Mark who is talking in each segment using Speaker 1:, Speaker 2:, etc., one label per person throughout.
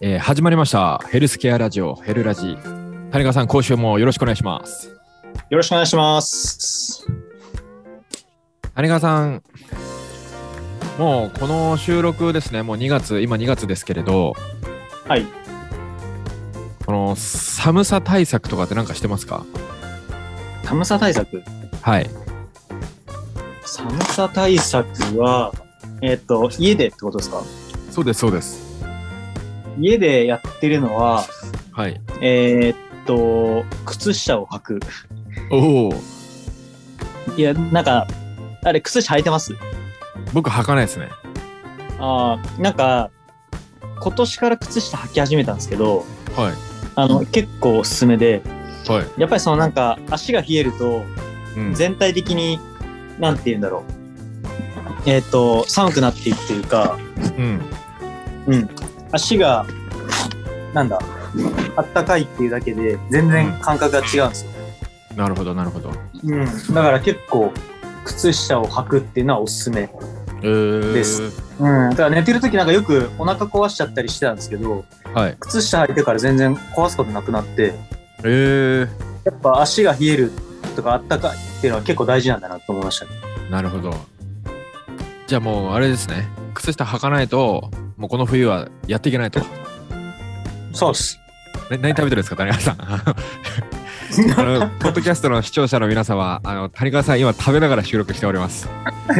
Speaker 1: えー始まりました。ヘルスケアラジオ、ヘルラジ。谷川さん、今週もよろしくお願いします。
Speaker 2: よろしくお願いします。
Speaker 1: 谷川さん、もうこの収録ですね、もう2月、今2月ですけれど、
Speaker 2: はい。
Speaker 1: この寒さ対策とかってなんかしてますか
Speaker 2: 寒さ対策。
Speaker 1: はい。
Speaker 2: 寒さ対策は、えっ、と、家でってことですか
Speaker 1: そうです、そうです。
Speaker 2: 家でやってるのは、
Speaker 1: はい。
Speaker 2: えっ、と、靴下を履く。
Speaker 1: おお、
Speaker 2: いや、なんか、あれ、靴下履いてます
Speaker 1: 僕履かないですね。
Speaker 2: ああ、なんか、今年から靴下履き始めたんですけど、
Speaker 1: はい。
Speaker 2: あの、結構おすすめで、
Speaker 1: はい。
Speaker 2: やっぱりそのなんか、足が冷えると、
Speaker 1: うん。
Speaker 2: 全体的に、なんて言うんだろう。えっ、と、寒くなっていくというか、
Speaker 1: うん。
Speaker 2: うん、足がなんだあったかいっていうだけで全然感覚が違うんですよ、
Speaker 1: なるほど、なるほど。
Speaker 2: うん、だから結構靴下を履くっていうのはおすすめ、
Speaker 1: えー、
Speaker 2: です。うん、だから寝てる時なんかよくお腹壊しちゃったりしてたんですけど
Speaker 1: はい。
Speaker 2: 靴下履いてから全然壊すことなくなって
Speaker 1: えー、
Speaker 2: やっぱ足が冷えるとかあったかいっていうのは結構大事なんだなと思いましたね
Speaker 1: なるほど。じゃあもうあれですね。靴下履かないと、もうこの冬はやっていけないと。
Speaker 2: そうです
Speaker 1: な何食べてるんですか、谷川さん。あの、ポッドキャストの視聴者の皆様、あの、谷川さん、今食べながら収録しております。 な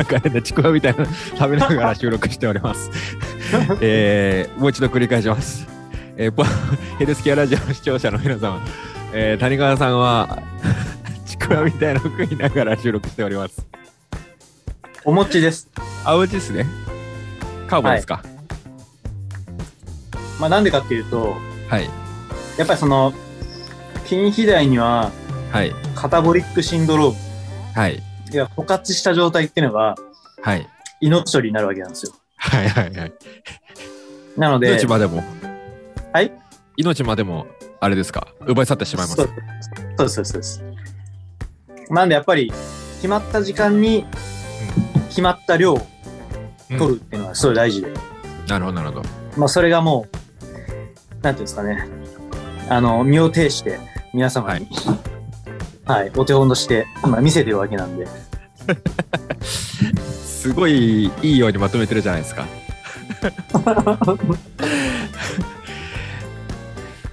Speaker 1: んか変なちくわみたいな、食べながら収録しております。えーもう一度繰り返します。えーポヘルスケアラジオの視聴者の皆様、えー谷川さんは、 ちくわみたいなのを食いながら収録しております。
Speaker 2: お餅です、
Speaker 1: あ、おうちですね。カーボンですか。
Speaker 2: まあ、なんでかっていうと
Speaker 1: はい。
Speaker 2: やっぱりその筋肥大には
Speaker 1: はい。
Speaker 2: カタボリックシンドローム
Speaker 1: はい。
Speaker 2: いや枯渇した状態っていうのが
Speaker 1: はい。
Speaker 2: 命取りになるわけなんですよ。
Speaker 1: はい。はい。はい。
Speaker 2: なので、
Speaker 1: 命までも。
Speaker 2: はい
Speaker 1: 命までも、あれですか。奪い去ってしまいます
Speaker 2: そう。そうですそうですそうです。なんでやっぱり決まった時間に決まった量を取るっていうのがすごい大事で、
Speaker 1: なるほど、なるほど。
Speaker 2: まあそれがもう、なんていうんですかね、あの、身を挺して皆様に、はい、お手本として今見せてるわけなんで、
Speaker 1: すごいいいようにまとめてるじゃないですか。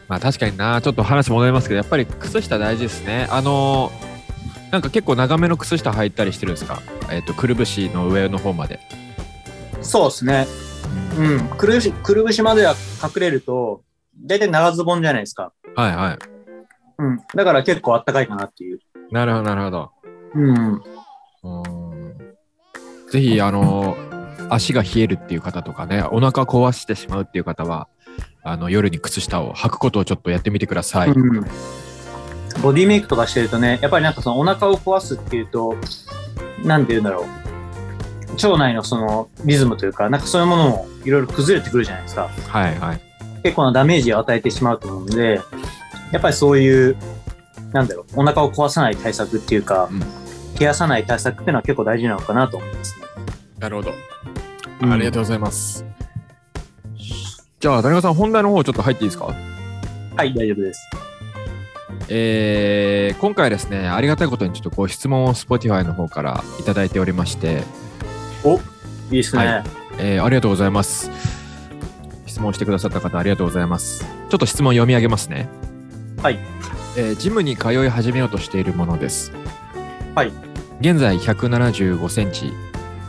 Speaker 1: まあ確かにな、ちょっと話戻りますけど、やっぱり靴下大事ですね。あのーなんか結構長めの靴下履いたりしてるんですかえっ、と、くるぶしの上の方まで。
Speaker 2: そうですね、うん、くるぶし、くるぶしまでは隠れると、大体長ズボンじゃないですか。
Speaker 1: はいはい。
Speaker 2: うん、だから結構あったかいかなっていう。
Speaker 1: なるほど、なるほど。
Speaker 2: うん、
Speaker 1: うーんぜひ、あのー足が冷えるっていう方とかね、お腹壊してしまうっていう方は、あの夜に靴下を履くことをちょっとやってみてください。
Speaker 2: うん、ボディメイクとかしてるとねやっぱりなんかそのお腹を壊すっていうとなんて言うんだろう腸内のそのリズムというかなんかそういうものもいろいろ崩れてくるじゃないですか
Speaker 1: はいはい。
Speaker 2: 結構なダメージを与えてしまうと思うんでやっぱりそういうなんだろうお腹を壊さない対策っていうか、
Speaker 1: うん
Speaker 2: 冷やさない対策っていうのは結構大事なのかなと思いますね。
Speaker 1: なるほど。
Speaker 2: うん
Speaker 1: ありがとうございます。じゃあ、谷川さん、本題の方ちょっと入っていいですか
Speaker 2: はい大丈夫です。
Speaker 1: えー今回ですね、ありがたいことにちょっとご質問を Spotify の方からいただいておりまして、
Speaker 2: いいですね。
Speaker 1: はえーありがとうございます。質問してくださった方、ありがとうございます。ちょっと質問読み上げますね。
Speaker 2: はい。
Speaker 1: えージムに通い始めようとしているものです。
Speaker 2: はい。
Speaker 1: 現在175センチ、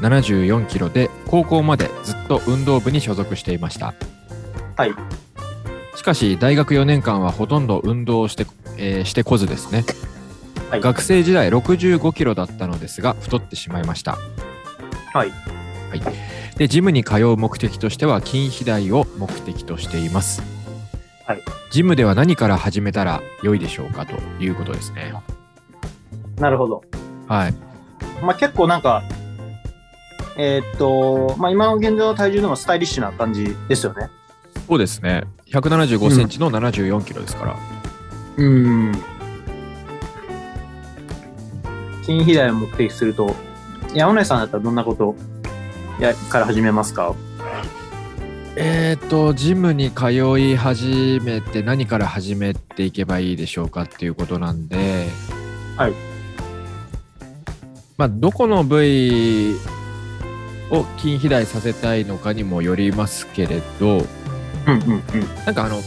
Speaker 1: 74キロで、高校までずっと運動部に所属していました。
Speaker 2: はい。
Speaker 1: しかし大学4年間はほとんど運動をして,、えーしてこずですね、
Speaker 2: はい
Speaker 1: 学生時代65キロだったのですが太ってしまいました
Speaker 2: はい
Speaker 1: はいでジムに通う目的としては筋肥大を目的としています、
Speaker 2: はい、
Speaker 1: ジムでは何から始めたら良いでしょうかということですね
Speaker 2: なるほど。
Speaker 1: はい
Speaker 2: まあ、結構なんか、えーっと、まあ、今の現状の体重でもスタイリッシュな感じですよね。
Speaker 1: そうですね175センチの74キロですから、
Speaker 2: うん。筋肥大を目的すると、山根さんだったらどんなことやから始めますか
Speaker 1: えっ、とジムに通い始めて何から始めていけばいいでしょうかっていうことなんで
Speaker 2: はい
Speaker 1: まあどこの部位を筋肥大させたいのかにもよりますけれど
Speaker 2: うんうんうん。
Speaker 1: なんかあの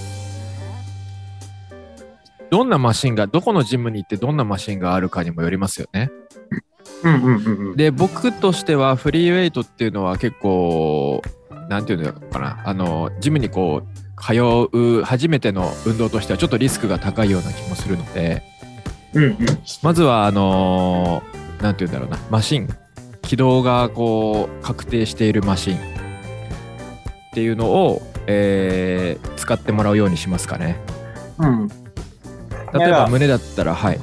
Speaker 1: どんなマシンがどこのジムに行ってどんなマシンがあるかにもよりますよね。
Speaker 2: うんうんうんうん。
Speaker 1: で僕としてはフリーウェイトっていうのは結構なんていうのかなあのジムにこう通う初めての運動としてはちょっとリスクが高いような気もするので
Speaker 2: うんうん。
Speaker 1: まずはあのなんていうんだろうなマシン軌道がこう確定しているマシンっていうのを、えー使ってもらうようにしますかね
Speaker 2: うん。
Speaker 1: 例え
Speaker 2: い
Speaker 1: ば
Speaker 2: や
Speaker 1: 胸だったらはい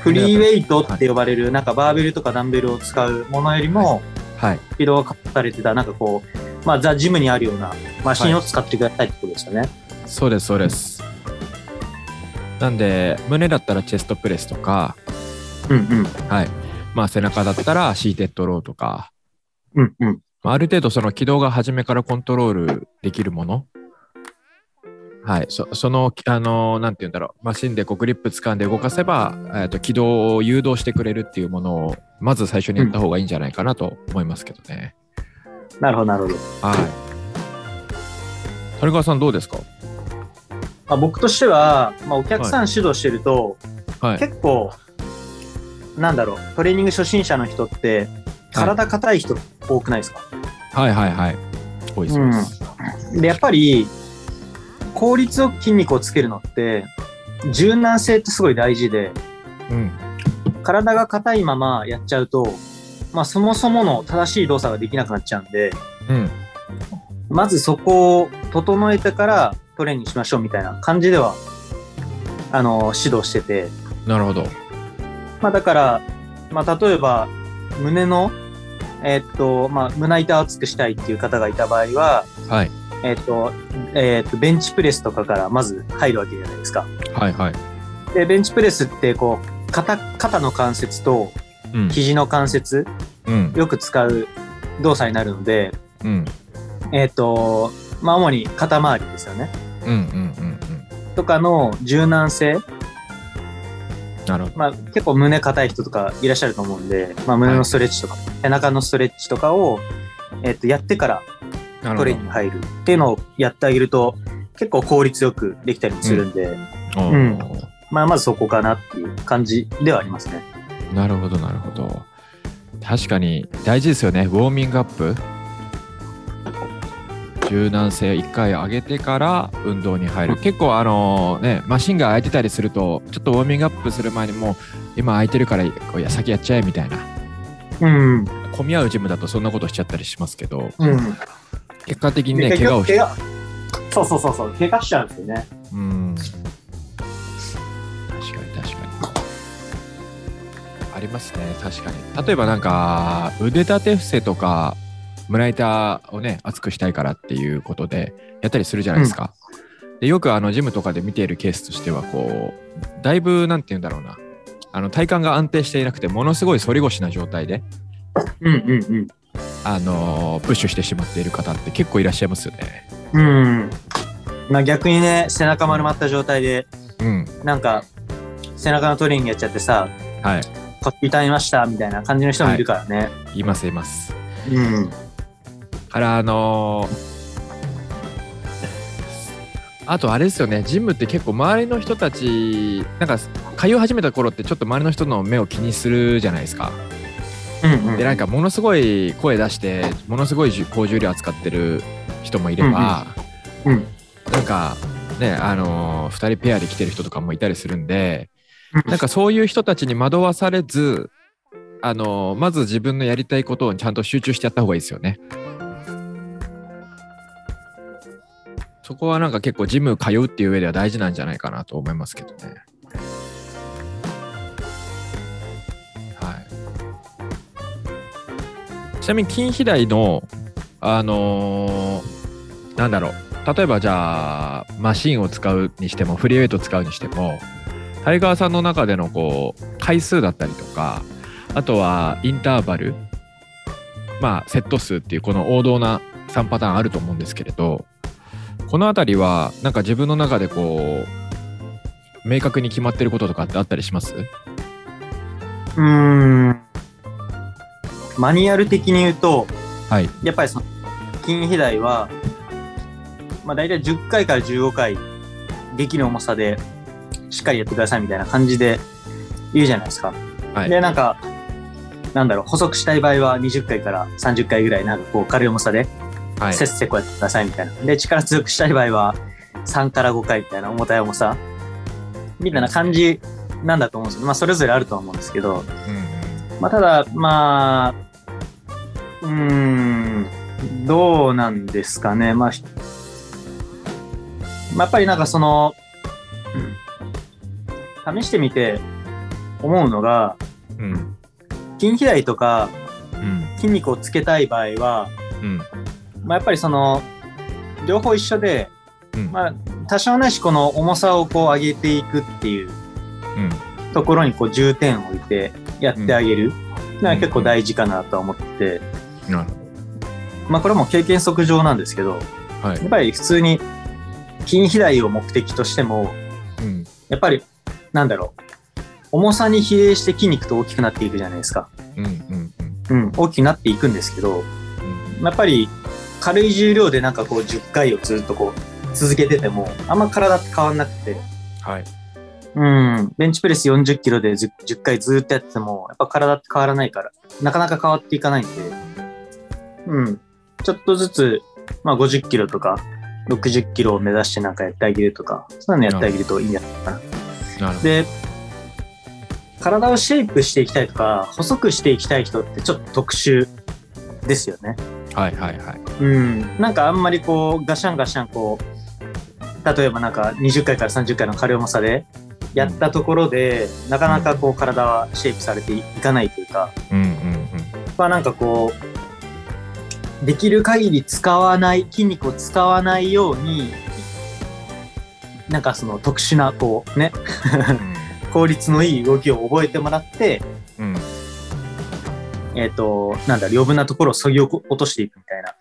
Speaker 2: フリーウェイトって呼ばれる、なんかバーベルとかダンベルを使うものよりも、
Speaker 1: はい
Speaker 2: 軌道が書かれてた、なんかこう、まあ、ザ・ジムにあるようなマシンを使ってくださいってことですよね。
Speaker 1: そうですそうですなんで胸だったらチェストプレスとか
Speaker 2: うん
Speaker 1: はい。まあ背中だったらシーテッドローとか、
Speaker 2: うん。うんうん。
Speaker 1: まあある程度その軌道が初めからコントロールできるもの。はい。そその、あのなんて言うんだろう。マシンでこうグリップ掴んで動かせば、えーと、軌道を誘導してくれるっていうものを、まず最初にやった方がいいんじゃないかなと思いますけどね。
Speaker 2: なるほど、なるほど。
Speaker 1: はい。谷川さんどうですか
Speaker 2: まあ、僕としては、まあ、お客さん指導してると、
Speaker 1: はい。
Speaker 2: 結構、なんだろう、トレーニング初心者の人って、体硬い人多くないですか、
Speaker 1: はいはいはい。多いそうです。
Speaker 2: で、やっぱり、効率よく筋肉をつけるのって、柔軟性ってすごい大事で、
Speaker 1: うん。
Speaker 2: 体が硬いままやっちゃうと、まあ、そもそもの正しい動作ができなくなっちゃうんで、
Speaker 1: うん。
Speaker 2: まずそこを整えてからトレーニングしましょうみたいな感じでは、あの、指導してて、
Speaker 1: なるほど。
Speaker 2: まあ、だから、まあ、例えば、胸の、えっと、まあ、胸板を厚くしたいっていう方がいた場合は、
Speaker 1: はい。
Speaker 2: えっと、えっと、ベンチプレスとかからまず入るわけじゃないですか。
Speaker 1: はいはい。
Speaker 2: で、ベンチプレスって、こう、肩、肩の関節と
Speaker 1: うん。
Speaker 2: 肘の関節、
Speaker 1: うん。
Speaker 2: よく使う動作になるので、
Speaker 1: うん。
Speaker 2: えっ、と、まあ、主に肩周りですよね。
Speaker 1: うん。うん。うん。うん。
Speaker 2: とかの柔軟性、
Speaker 1: なるほど。
Speaker 2: まあ、結構胸硬い人とかいらっしゃると思うんで、まあ、胸のストレッチとか、背中のストレッチとかを、えっ、と、やってから
Speaker 1: なる
Speaker 2: ト
Speaker 1: ほ
Speaker 2: レーニング入るっていうのをやってあげると、結構効率よくできたりもするんで、
Speaker 1: ど。お
Speaker 2: うん
Speaker 1: ー
Speaker 2: まあ、まずそこかなっていう感じではありますね。
Speaker 1: なるほどなるほど確かに大事ですよねウォーミングアップ柔軟性を1回上げてから運動に入る結構あのねマシンが空いてたりするとちょっとウォーミングアップする前にもう今空いてるからこういや先やっちゃえみたいな
Speaker 2: うん。
Speaker 1: 混み合うジムだとそんなことしちゃったりしますけど
Speaker 2: うん。
Speaker 1: 結果的にね
Speaker 2: で
Speaker 1: 怪我をして
Speaker 2: 我そうそうそうそう、怪我しちゃうんですよね。
Speaker 1: うん確かに確かにありますね確かに例えばなんか腕立て伏せとか胸板をね厚くしたいからっていうことでやったりするじゃないですか、でよくあのジムとかで見ているケースとしてはこうだいぶなんて言うんだろうなあの体幹が安定していなくてものすごい反り腰な状態で、
Speaker 2: うんうん
Speaker 1: あのープッシュしてしまっている方って結構いらっしゃいますよね。
Speaker 2: うん。うん。まあ、逆にね、背中丸まった状態で、
Speaker 1: うん、
Speaker 2: なんか、背中のトレーニングやっちゃってさ、
Speaker 1: はい
Speaker 2: 腰痛めましたみたいな感じの人もいるからね。
Speaker 1: いますいます。
Speaker 2: うん。
Speaker 1: からあのーあとあれですよねジムって結構周りの人たちなんか通い始めた頃ってちょっと周りの人の目を気にするじゃないですか
Speaker 2: うん、うん。
Speaker 1: でなんかものすごい声出してものすごいじゅ高重量扱ってる人もいれば、
Speaker 2: うんうん
Speaker 1: なんかねあの2人ペアで来てる人とかもいたりするんで
Speaker 2: うん
Speaker 1: なんかそういう人たちに惑わされずあのまず自分のやりたいことをちゃんと集中してやった方がいいですよね。そこはなんか結構ジム通うっていう上では大事なんじゃないかなと思いますけどね。はい。ちなみに筋肥大の、あのーなんだろう、例えばじゃあ、マシンを使うにしても、フリーウェイト使うにしても、タイガーさんの中でのこう回数だったりとか、あとはインターバル、まあ、セット数っていう、この王道な3パターンあると思うんですけれどこの辺りはなんか自分の中でこう明確に決まってることとかってあったりします
Speaker 2: うーんマニュアル的に言うと、
Speaker 1: はい
Speaker 2: やっぱりその筋肥大は、まあ、大体10回から15回劇の重さでしっかりやってくださいみたいな感じで言うじゃないですか。
Speaker 1: はい
Speaker 2: でなんかなんだろう補足したい場合は20回から30回ぐらいなんかこう軽い重さで
Speaker 1: はい
Speaker 2: せっせこうやってくださいみたいな。で、力強くしたい場合は、3から5回みたいな重たい重さ、みたいな感じなんだと思うんですけど、まあ、それぞれあるとは思うんですけど、
Speaker 1: うんうん
Speaker 2: まあ、ただ、まあ、うーん、どうなんですかね。まあ、ひまあ、やっぱりなんかその、うん試してみて思うのが、
Speaker 1: うん
Speaker 2: 筋肥大とか
Speaker 1: うん
Speaker 2: 筋肉をつけたい場合は、
Speaker 1: うん
Speaker 2: まあ、やっぱりその両方一緒で、
Speaker 1: うん
Speaker 2: まあ、多少なしこの重さをこう上げていくっていう
Speaker 1: うん
Speaker 2: ところにこう重点を置いてやってあげるのは結構大事かなとは思ってて、
Speaker 1: なるほ
Speaker 2: まあ、これはもう経験則上なんですけどや
Speaker 1: どはい
Speaker 2: っぱり普通に筋肥大を目的としても
Speaker 1: うん
Speaker 2: やっぱりなんだろう重さに比例して筋肉と大きくなっていくじゃないですか、
Speaker 1: うんうんうん
Speaker 2: うん、大きくなっていくんですけ
Speaker 1: う
Speaker 2: ど
Speaker 1: ん
Speaker 2: やっぱり軽い重量でなんかこう10回をずっとこう続けててもあんま体って変わんなくて、
Speaker 1: はい
Speaker 2: うん、ベンチプレス40キロで 10, 10回ずーっとやってても、やっぱ体って変わらないから、なかなか変わっていかないんで、うん、ちょっとずつ、まあ50キロとか、60キロを目指してなんかやってあげるとか、そういうのやってあげるといいんじゃないかな。
Speaker 1: なるほど
Speaker 2: で、体をシェイプしていきたいとか、細くしていきたい人ってちょっと特殊ですよね。
Speaker 1: はいはいはい
Speaker 2: うん、なんかあんまりこうガシャンガシャンこう例えばなんか20回から30回の軽い重さでやったところで、なかなかこう体はシェイプされていかないというか、
Speaker 1: うんうん
Speaker 2: まあ、なんかこうできる限り使わない筋肉を使わないようになんかその特殊なこうね 効率のいい動きを覚えてもらって
Speaker 1: うんうん
Speaker 2: えっ、となんだ余分なところを削ぎ落としていくみたいな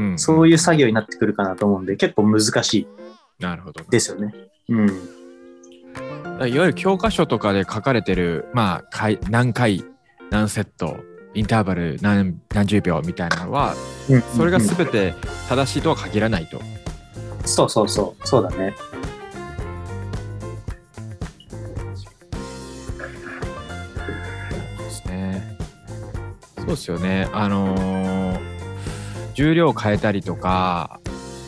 Speaker 1: うんうん
Speaker 2: そういう作業になってくるかなと思うんで結構難しい
Speaker 1: なるほど
Speaker 2: ですよね。うん
Speaker 1: だからいわゆる教科書とかで書かれてる、まあ、回何回何セットインターバル何何十秒みたいなのはそれが
Speaker 2: うん
Speaker 1: 全て正しいとは限らないと。
Speaker 2: そうそうそうそうだね
Speaker 1: ですね。そうですよね。あのー重量を変えたりとか、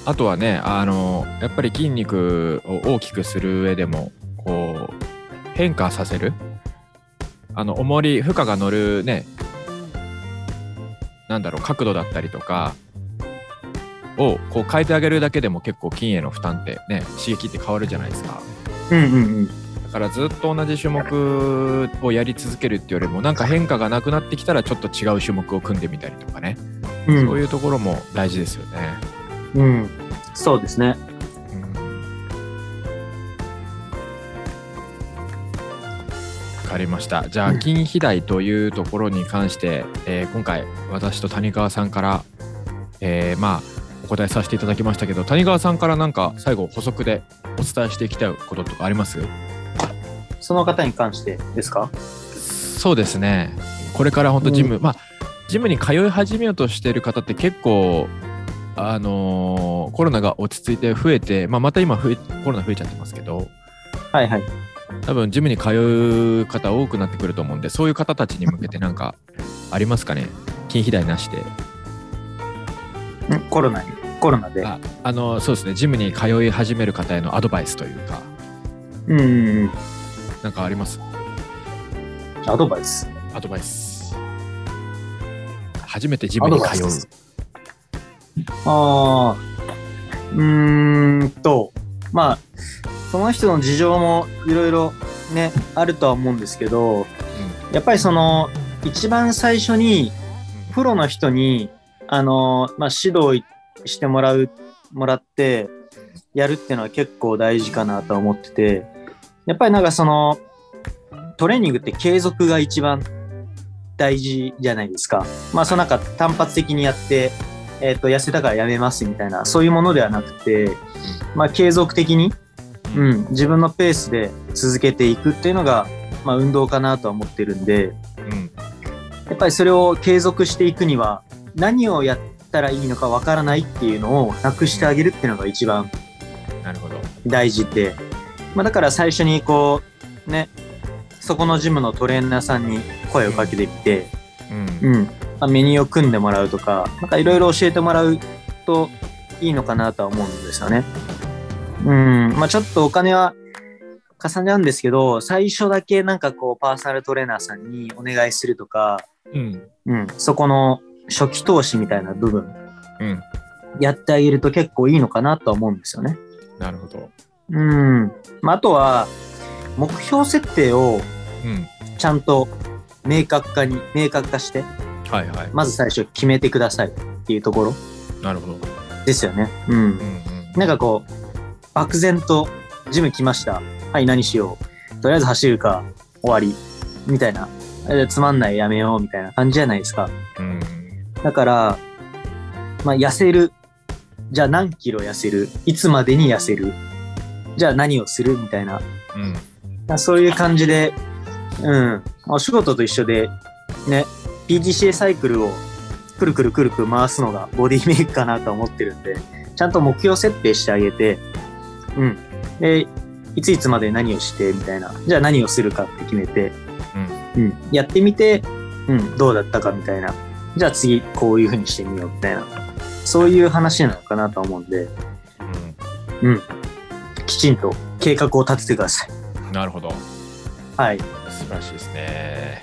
Speaker 1: あとはね、あのーやっぱり筋肉を大きくする上でも、こう、変化させる。あの、重り、負荷が乗るね、なんだろう、角度だったりとか、をこう変えてあげるだけでも結構筋への負担ってね刺激って変わるじゃないですか。
Speaker 2: うんうんうん
Speaker 1: だからずっと同じ種目をやり続けるっていうよりもなんか変化がなくなってきたらちょっと違う種目を組んでみたりとかね、
Speaker 2: うん
Speaker 1: そういうところも大事ですよね。
Speaker 2: うんそうですね
Speaker 1: わかりましたじゃあ筋肥大というところに関して、えー今回私と谷川さんから、えーまあお答えさせていただきましたけど谷川さんからなんか最後補足でお伝えしていきたいこととかあります
Speaker 2: その方に関してですか
Speaker 1: そうですね。これから本当ジム、まあジムに通い始めようとしている方って結構あのーコロナが落ち着いて増えて、まあまた今増えコロナ増えちゃってますけど、
Speaker 2: はいはい
Speaker 1: 多分ジムに通う方多くなってくると思うんで、そういう方たちに向けてなんか ありますかね。筋肥大なしで、
Speaker 2: んコロナにコロナで
Speaker 1: あ、あのーそうですね。ジムに通い始める方へのアドバイスというか、
Speaker 2: うんうんうん
Speaker 1: なんかあります。
Speaker 2: アドバイス
Speaker 1: アドバイス。初めてジムに通
Speaker 2: アドバイ
Speaker 1: う。
Speaker 2: スああうーんとまあその人の事情もいろいろねあるとは思うんですけどやっぱりその一番最初にプロの人に、あのまあ、指導してもらう、もらって、やるっていうのは結構大事かなとは思ってて、やっぱりなんかその、トレーニングって継続が一番大事じゃないですか。まあ、そのなんか単発的にやって、えっと痩せたからやめますみたいなそういうものではなくて、まあ、継続的に、うん、自分のペースで続けていくっていうのが、まあ、運動かなとは思ってるんで
Speaker 1: うん。
Speaker 2: やっぱりそれを継続していくには何をやったらいいのかわからないっていうのをなくしてあげるっていうのが一番
Speaker 1: なるほど。
Speaker 2: 大事で、まあ、だから最初にこうねそこのジムのトレーナーさんに声をかけてみて、
Speaker 1: うん。
Speaker 2: うんまあ、メニューを組んでもらうとかなんかいろいろ教えてもらうといいのかなとは思うんですよね。うんまあ、ちょっとお金はかさんじゃうんですけど最初だけなんかこうパーソナルトレーナーさんにお願いするとか、
Speaker 1: うん。
Speaker 2: うん、そこの初期投資みたいな部分
Speaker 1: うん。
Speaker 2: やってあげると結構いいのかなとは思うんですよね。
Speaker 1: なるほど。
Speaker 2: うん。まあ、あとは、目標設定を
Speaker 1: うん。
Speaker 2: ちゃんと明確化に、明確化して、
Speaker 1: はいはい。
Speaker 2: まず最初決めてくださいっていうところ
Speaker 1: なるほど。
Speaker 2: ですよね。うん
Speaker 1: う。んうん。
Speaker 2: なんかこう、漠然と、ジム来ました。はい、何しよう。とりあえず走るか、終わり。みたいな。えつまんない、やめよう、みたいな感じじゃないですか。
Speaker 1: うん。
Speaker 2: だから、まあ、痩せる。じゃあ何キロ痩せるいつまでに痩せるじゃあ何をするみたいな。
Speaker 1: うん。
Speaker 2: まあそういう感じで、うん、お仕事と一緒で、ね、PDCA サイクルをくるくるくるくる回すのがボディメイクかなと思ってるんで、ちゃんと目標設定してあげて、うん。で、いついつまで何をして、みたいな。じゃあ何をするかって決めて、うん。やってみて、うん、どうだったかみたいな。じゃあ次、こういうふうにしてみよう、みたいな。そういう話なのかなと思うんで、きちんと計画を立ててください。
Speaker 1: うん。なるほど。
Speaker 2: はい。
Speaker 1: 素晴らしいですね。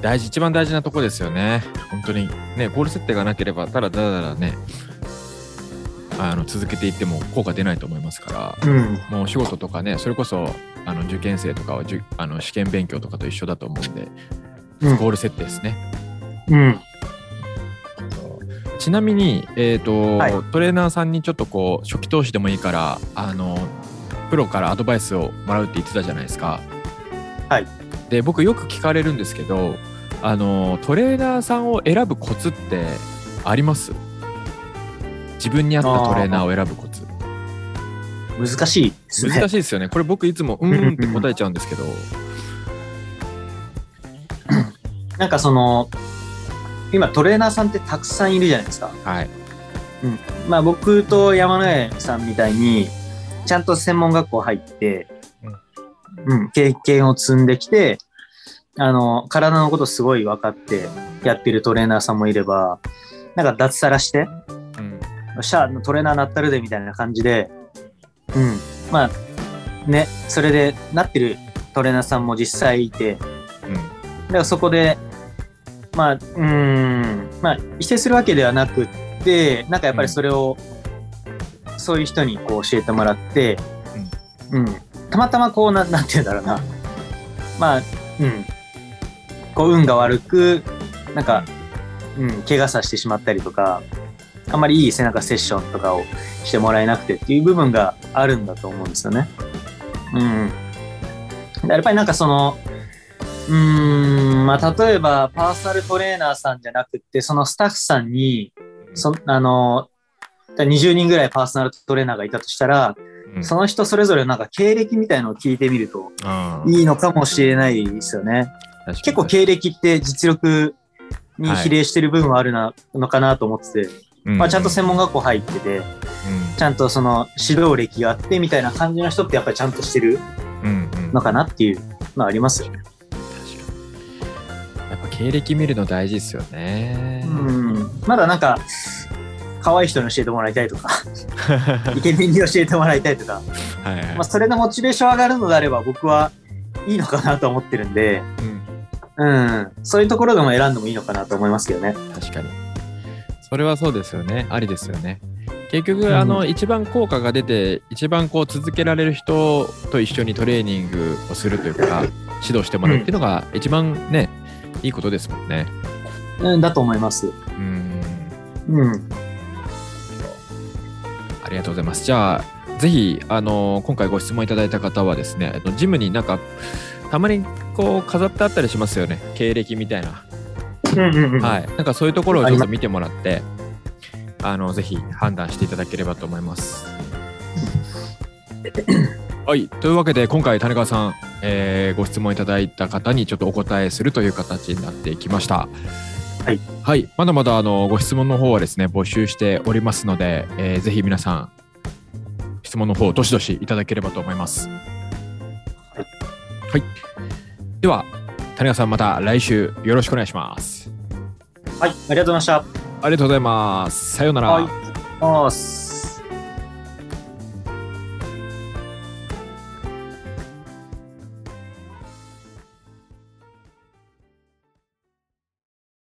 Speaker 1: 大事、一番大事なとこですよね。本当に。ね、ゴール設定がなければ、ただだらだらね、あの続けていっても効果出ないと思いますから、
Speaker 2: うん。
Speaker 1: もうお仕事とかね、それこそあの受験生とかはじゅあの試験勉強とかと一緒だと思うん で、
Speaker 2: うん
Speaker 1: ゴール設定ですね。
Speaker 2: うん。
Speaker 1: ちなみに、えーと
Speaker 2: はい
Speaker 1: トレーナーさんにちょっとこう初期投資でもいいからあのプロからアドバイスをもらうって言ってたじゃないですか。
Speaker 2: はい、
Speaker 1: で僕よく聞かれるんですけどあのトレーナーさんを選ぶコツってあります自分に合ったトレーナーを選ぶコツ。
Speaker 2: 難しいですね。
Speaker 1: 難しいですよね。これ僕いつもうーんって答えちゃうんですけど。
Speaker 2: なんかその、今トレーナーさんってたくさんいるじゃないですか。
Speaker 1: はい。
Speaker 2: まあ僕と山野上さんみたいに、ちゃんと専門学校入って、うん、経験を積んできて、あの、体のことすごい分かってやってるトレーナーさんもいれば、なんか脱サラして、
Speaker 1: うん
Speaker 2: よっしゃ、トレーナーなったるでみたいな感じで、うん、まあ、ね、それでなってるトレーナーさんも実際いて、だからそこで、まあ、うーん、まあ、否定するわけではなくって、なんかやっぱりそれを、そういう人にこう教えてもらって、うん、たまたまこうな、なんて言うんだろうな、まあ、うん、こう運が悪く、なんか、うん、怪我させてしまったりとか、あんまりいい背中セッションとかをしてもらえなくてっていう部分があるんだと思うんですよね。うん。やっぱりなんかその、うーん、まあ、例えば、パーソナルトレーナーさんじゃなくって、そのスタッフさんに、そあの、20人ぐらいパーソナルトレーナーがいたとした
Speaker 1: う
Speaker 2: ら、
Speaker 1: ん
Speaker 2: その人それぞれなんか経歴みたいのを聞いてみると
Speaker 1: あー
Speaker 2: いいのかもしれないですよね。
Speaker 1: 確かに
Speaker 2: 結構経歴って実力に比例してる部分はあるな、のかなと思ってて、まあ、ちゃんと専門学校入ってて、ちゃんとその指導歴があってみたいな感じの人ってやっぱりちゃんとしてる
Speaker 1: うんうんうんうん
Speaker 2: のかなっていうのはありますよね。
Speaker 1: 確かにやっぱ経歴見るの大事ですよね。
Speaker 2: うん、まだなんか可愛い人に教えてもらいたいとか イケメンに教えてもらいたいとか、
Speaker 1: はいはい
Speaker 2: まあ、それのモチベーション上がるのであれば僕はいいのかなと思ってるんで、
Speaker 1: うん
Speaker 2: うん、そういうところでも選んでもいいのかなと思いますけどね。
Speaker 1: 確かに。それはそうですよね。ありですよね。結
Speaker 2: う
Speaker 1: 局、
Speaker 2: ん
Speaker 1: あの、一番効果が出て、一番こう続けられる人と一緒にトレーニングをするというか、指導してもらうっていうのが一番ね、いいことですもんね。
Speaker 2: うん、だと思います。
Speaker 1: うん。
Speaker 2: うん、
Speaker 1: ありがとうございます。じゃあ、ぜひ、あの今回ご質問いただいた方はですね、えっとジムになんか、たまにこう飾ってあったりしますよね、経歴みたいな。
Speaker 2: うんうんう ん
Speaker 1: はい。なんかそういうところをちょっと見てもらって、あのぜひ判断していただければと思い ます。はい、というわけで今回谷川さん、えーご質問いただいた方にちょっとお答えするという形になってきました。
Speaker 2: はい、
Speaker 1: はい、まだまだあのご質問の方はですね募集しておりますので、えーぜひ皆さん質問の方どしどしいただければと思います。はい、では谷川さんまた来週よろしくお願いします。
Speaker 2: はい、ありがとうございました。
Speaker 1: ありがとうございます。さようなら。
Speaker 2: はい。あーす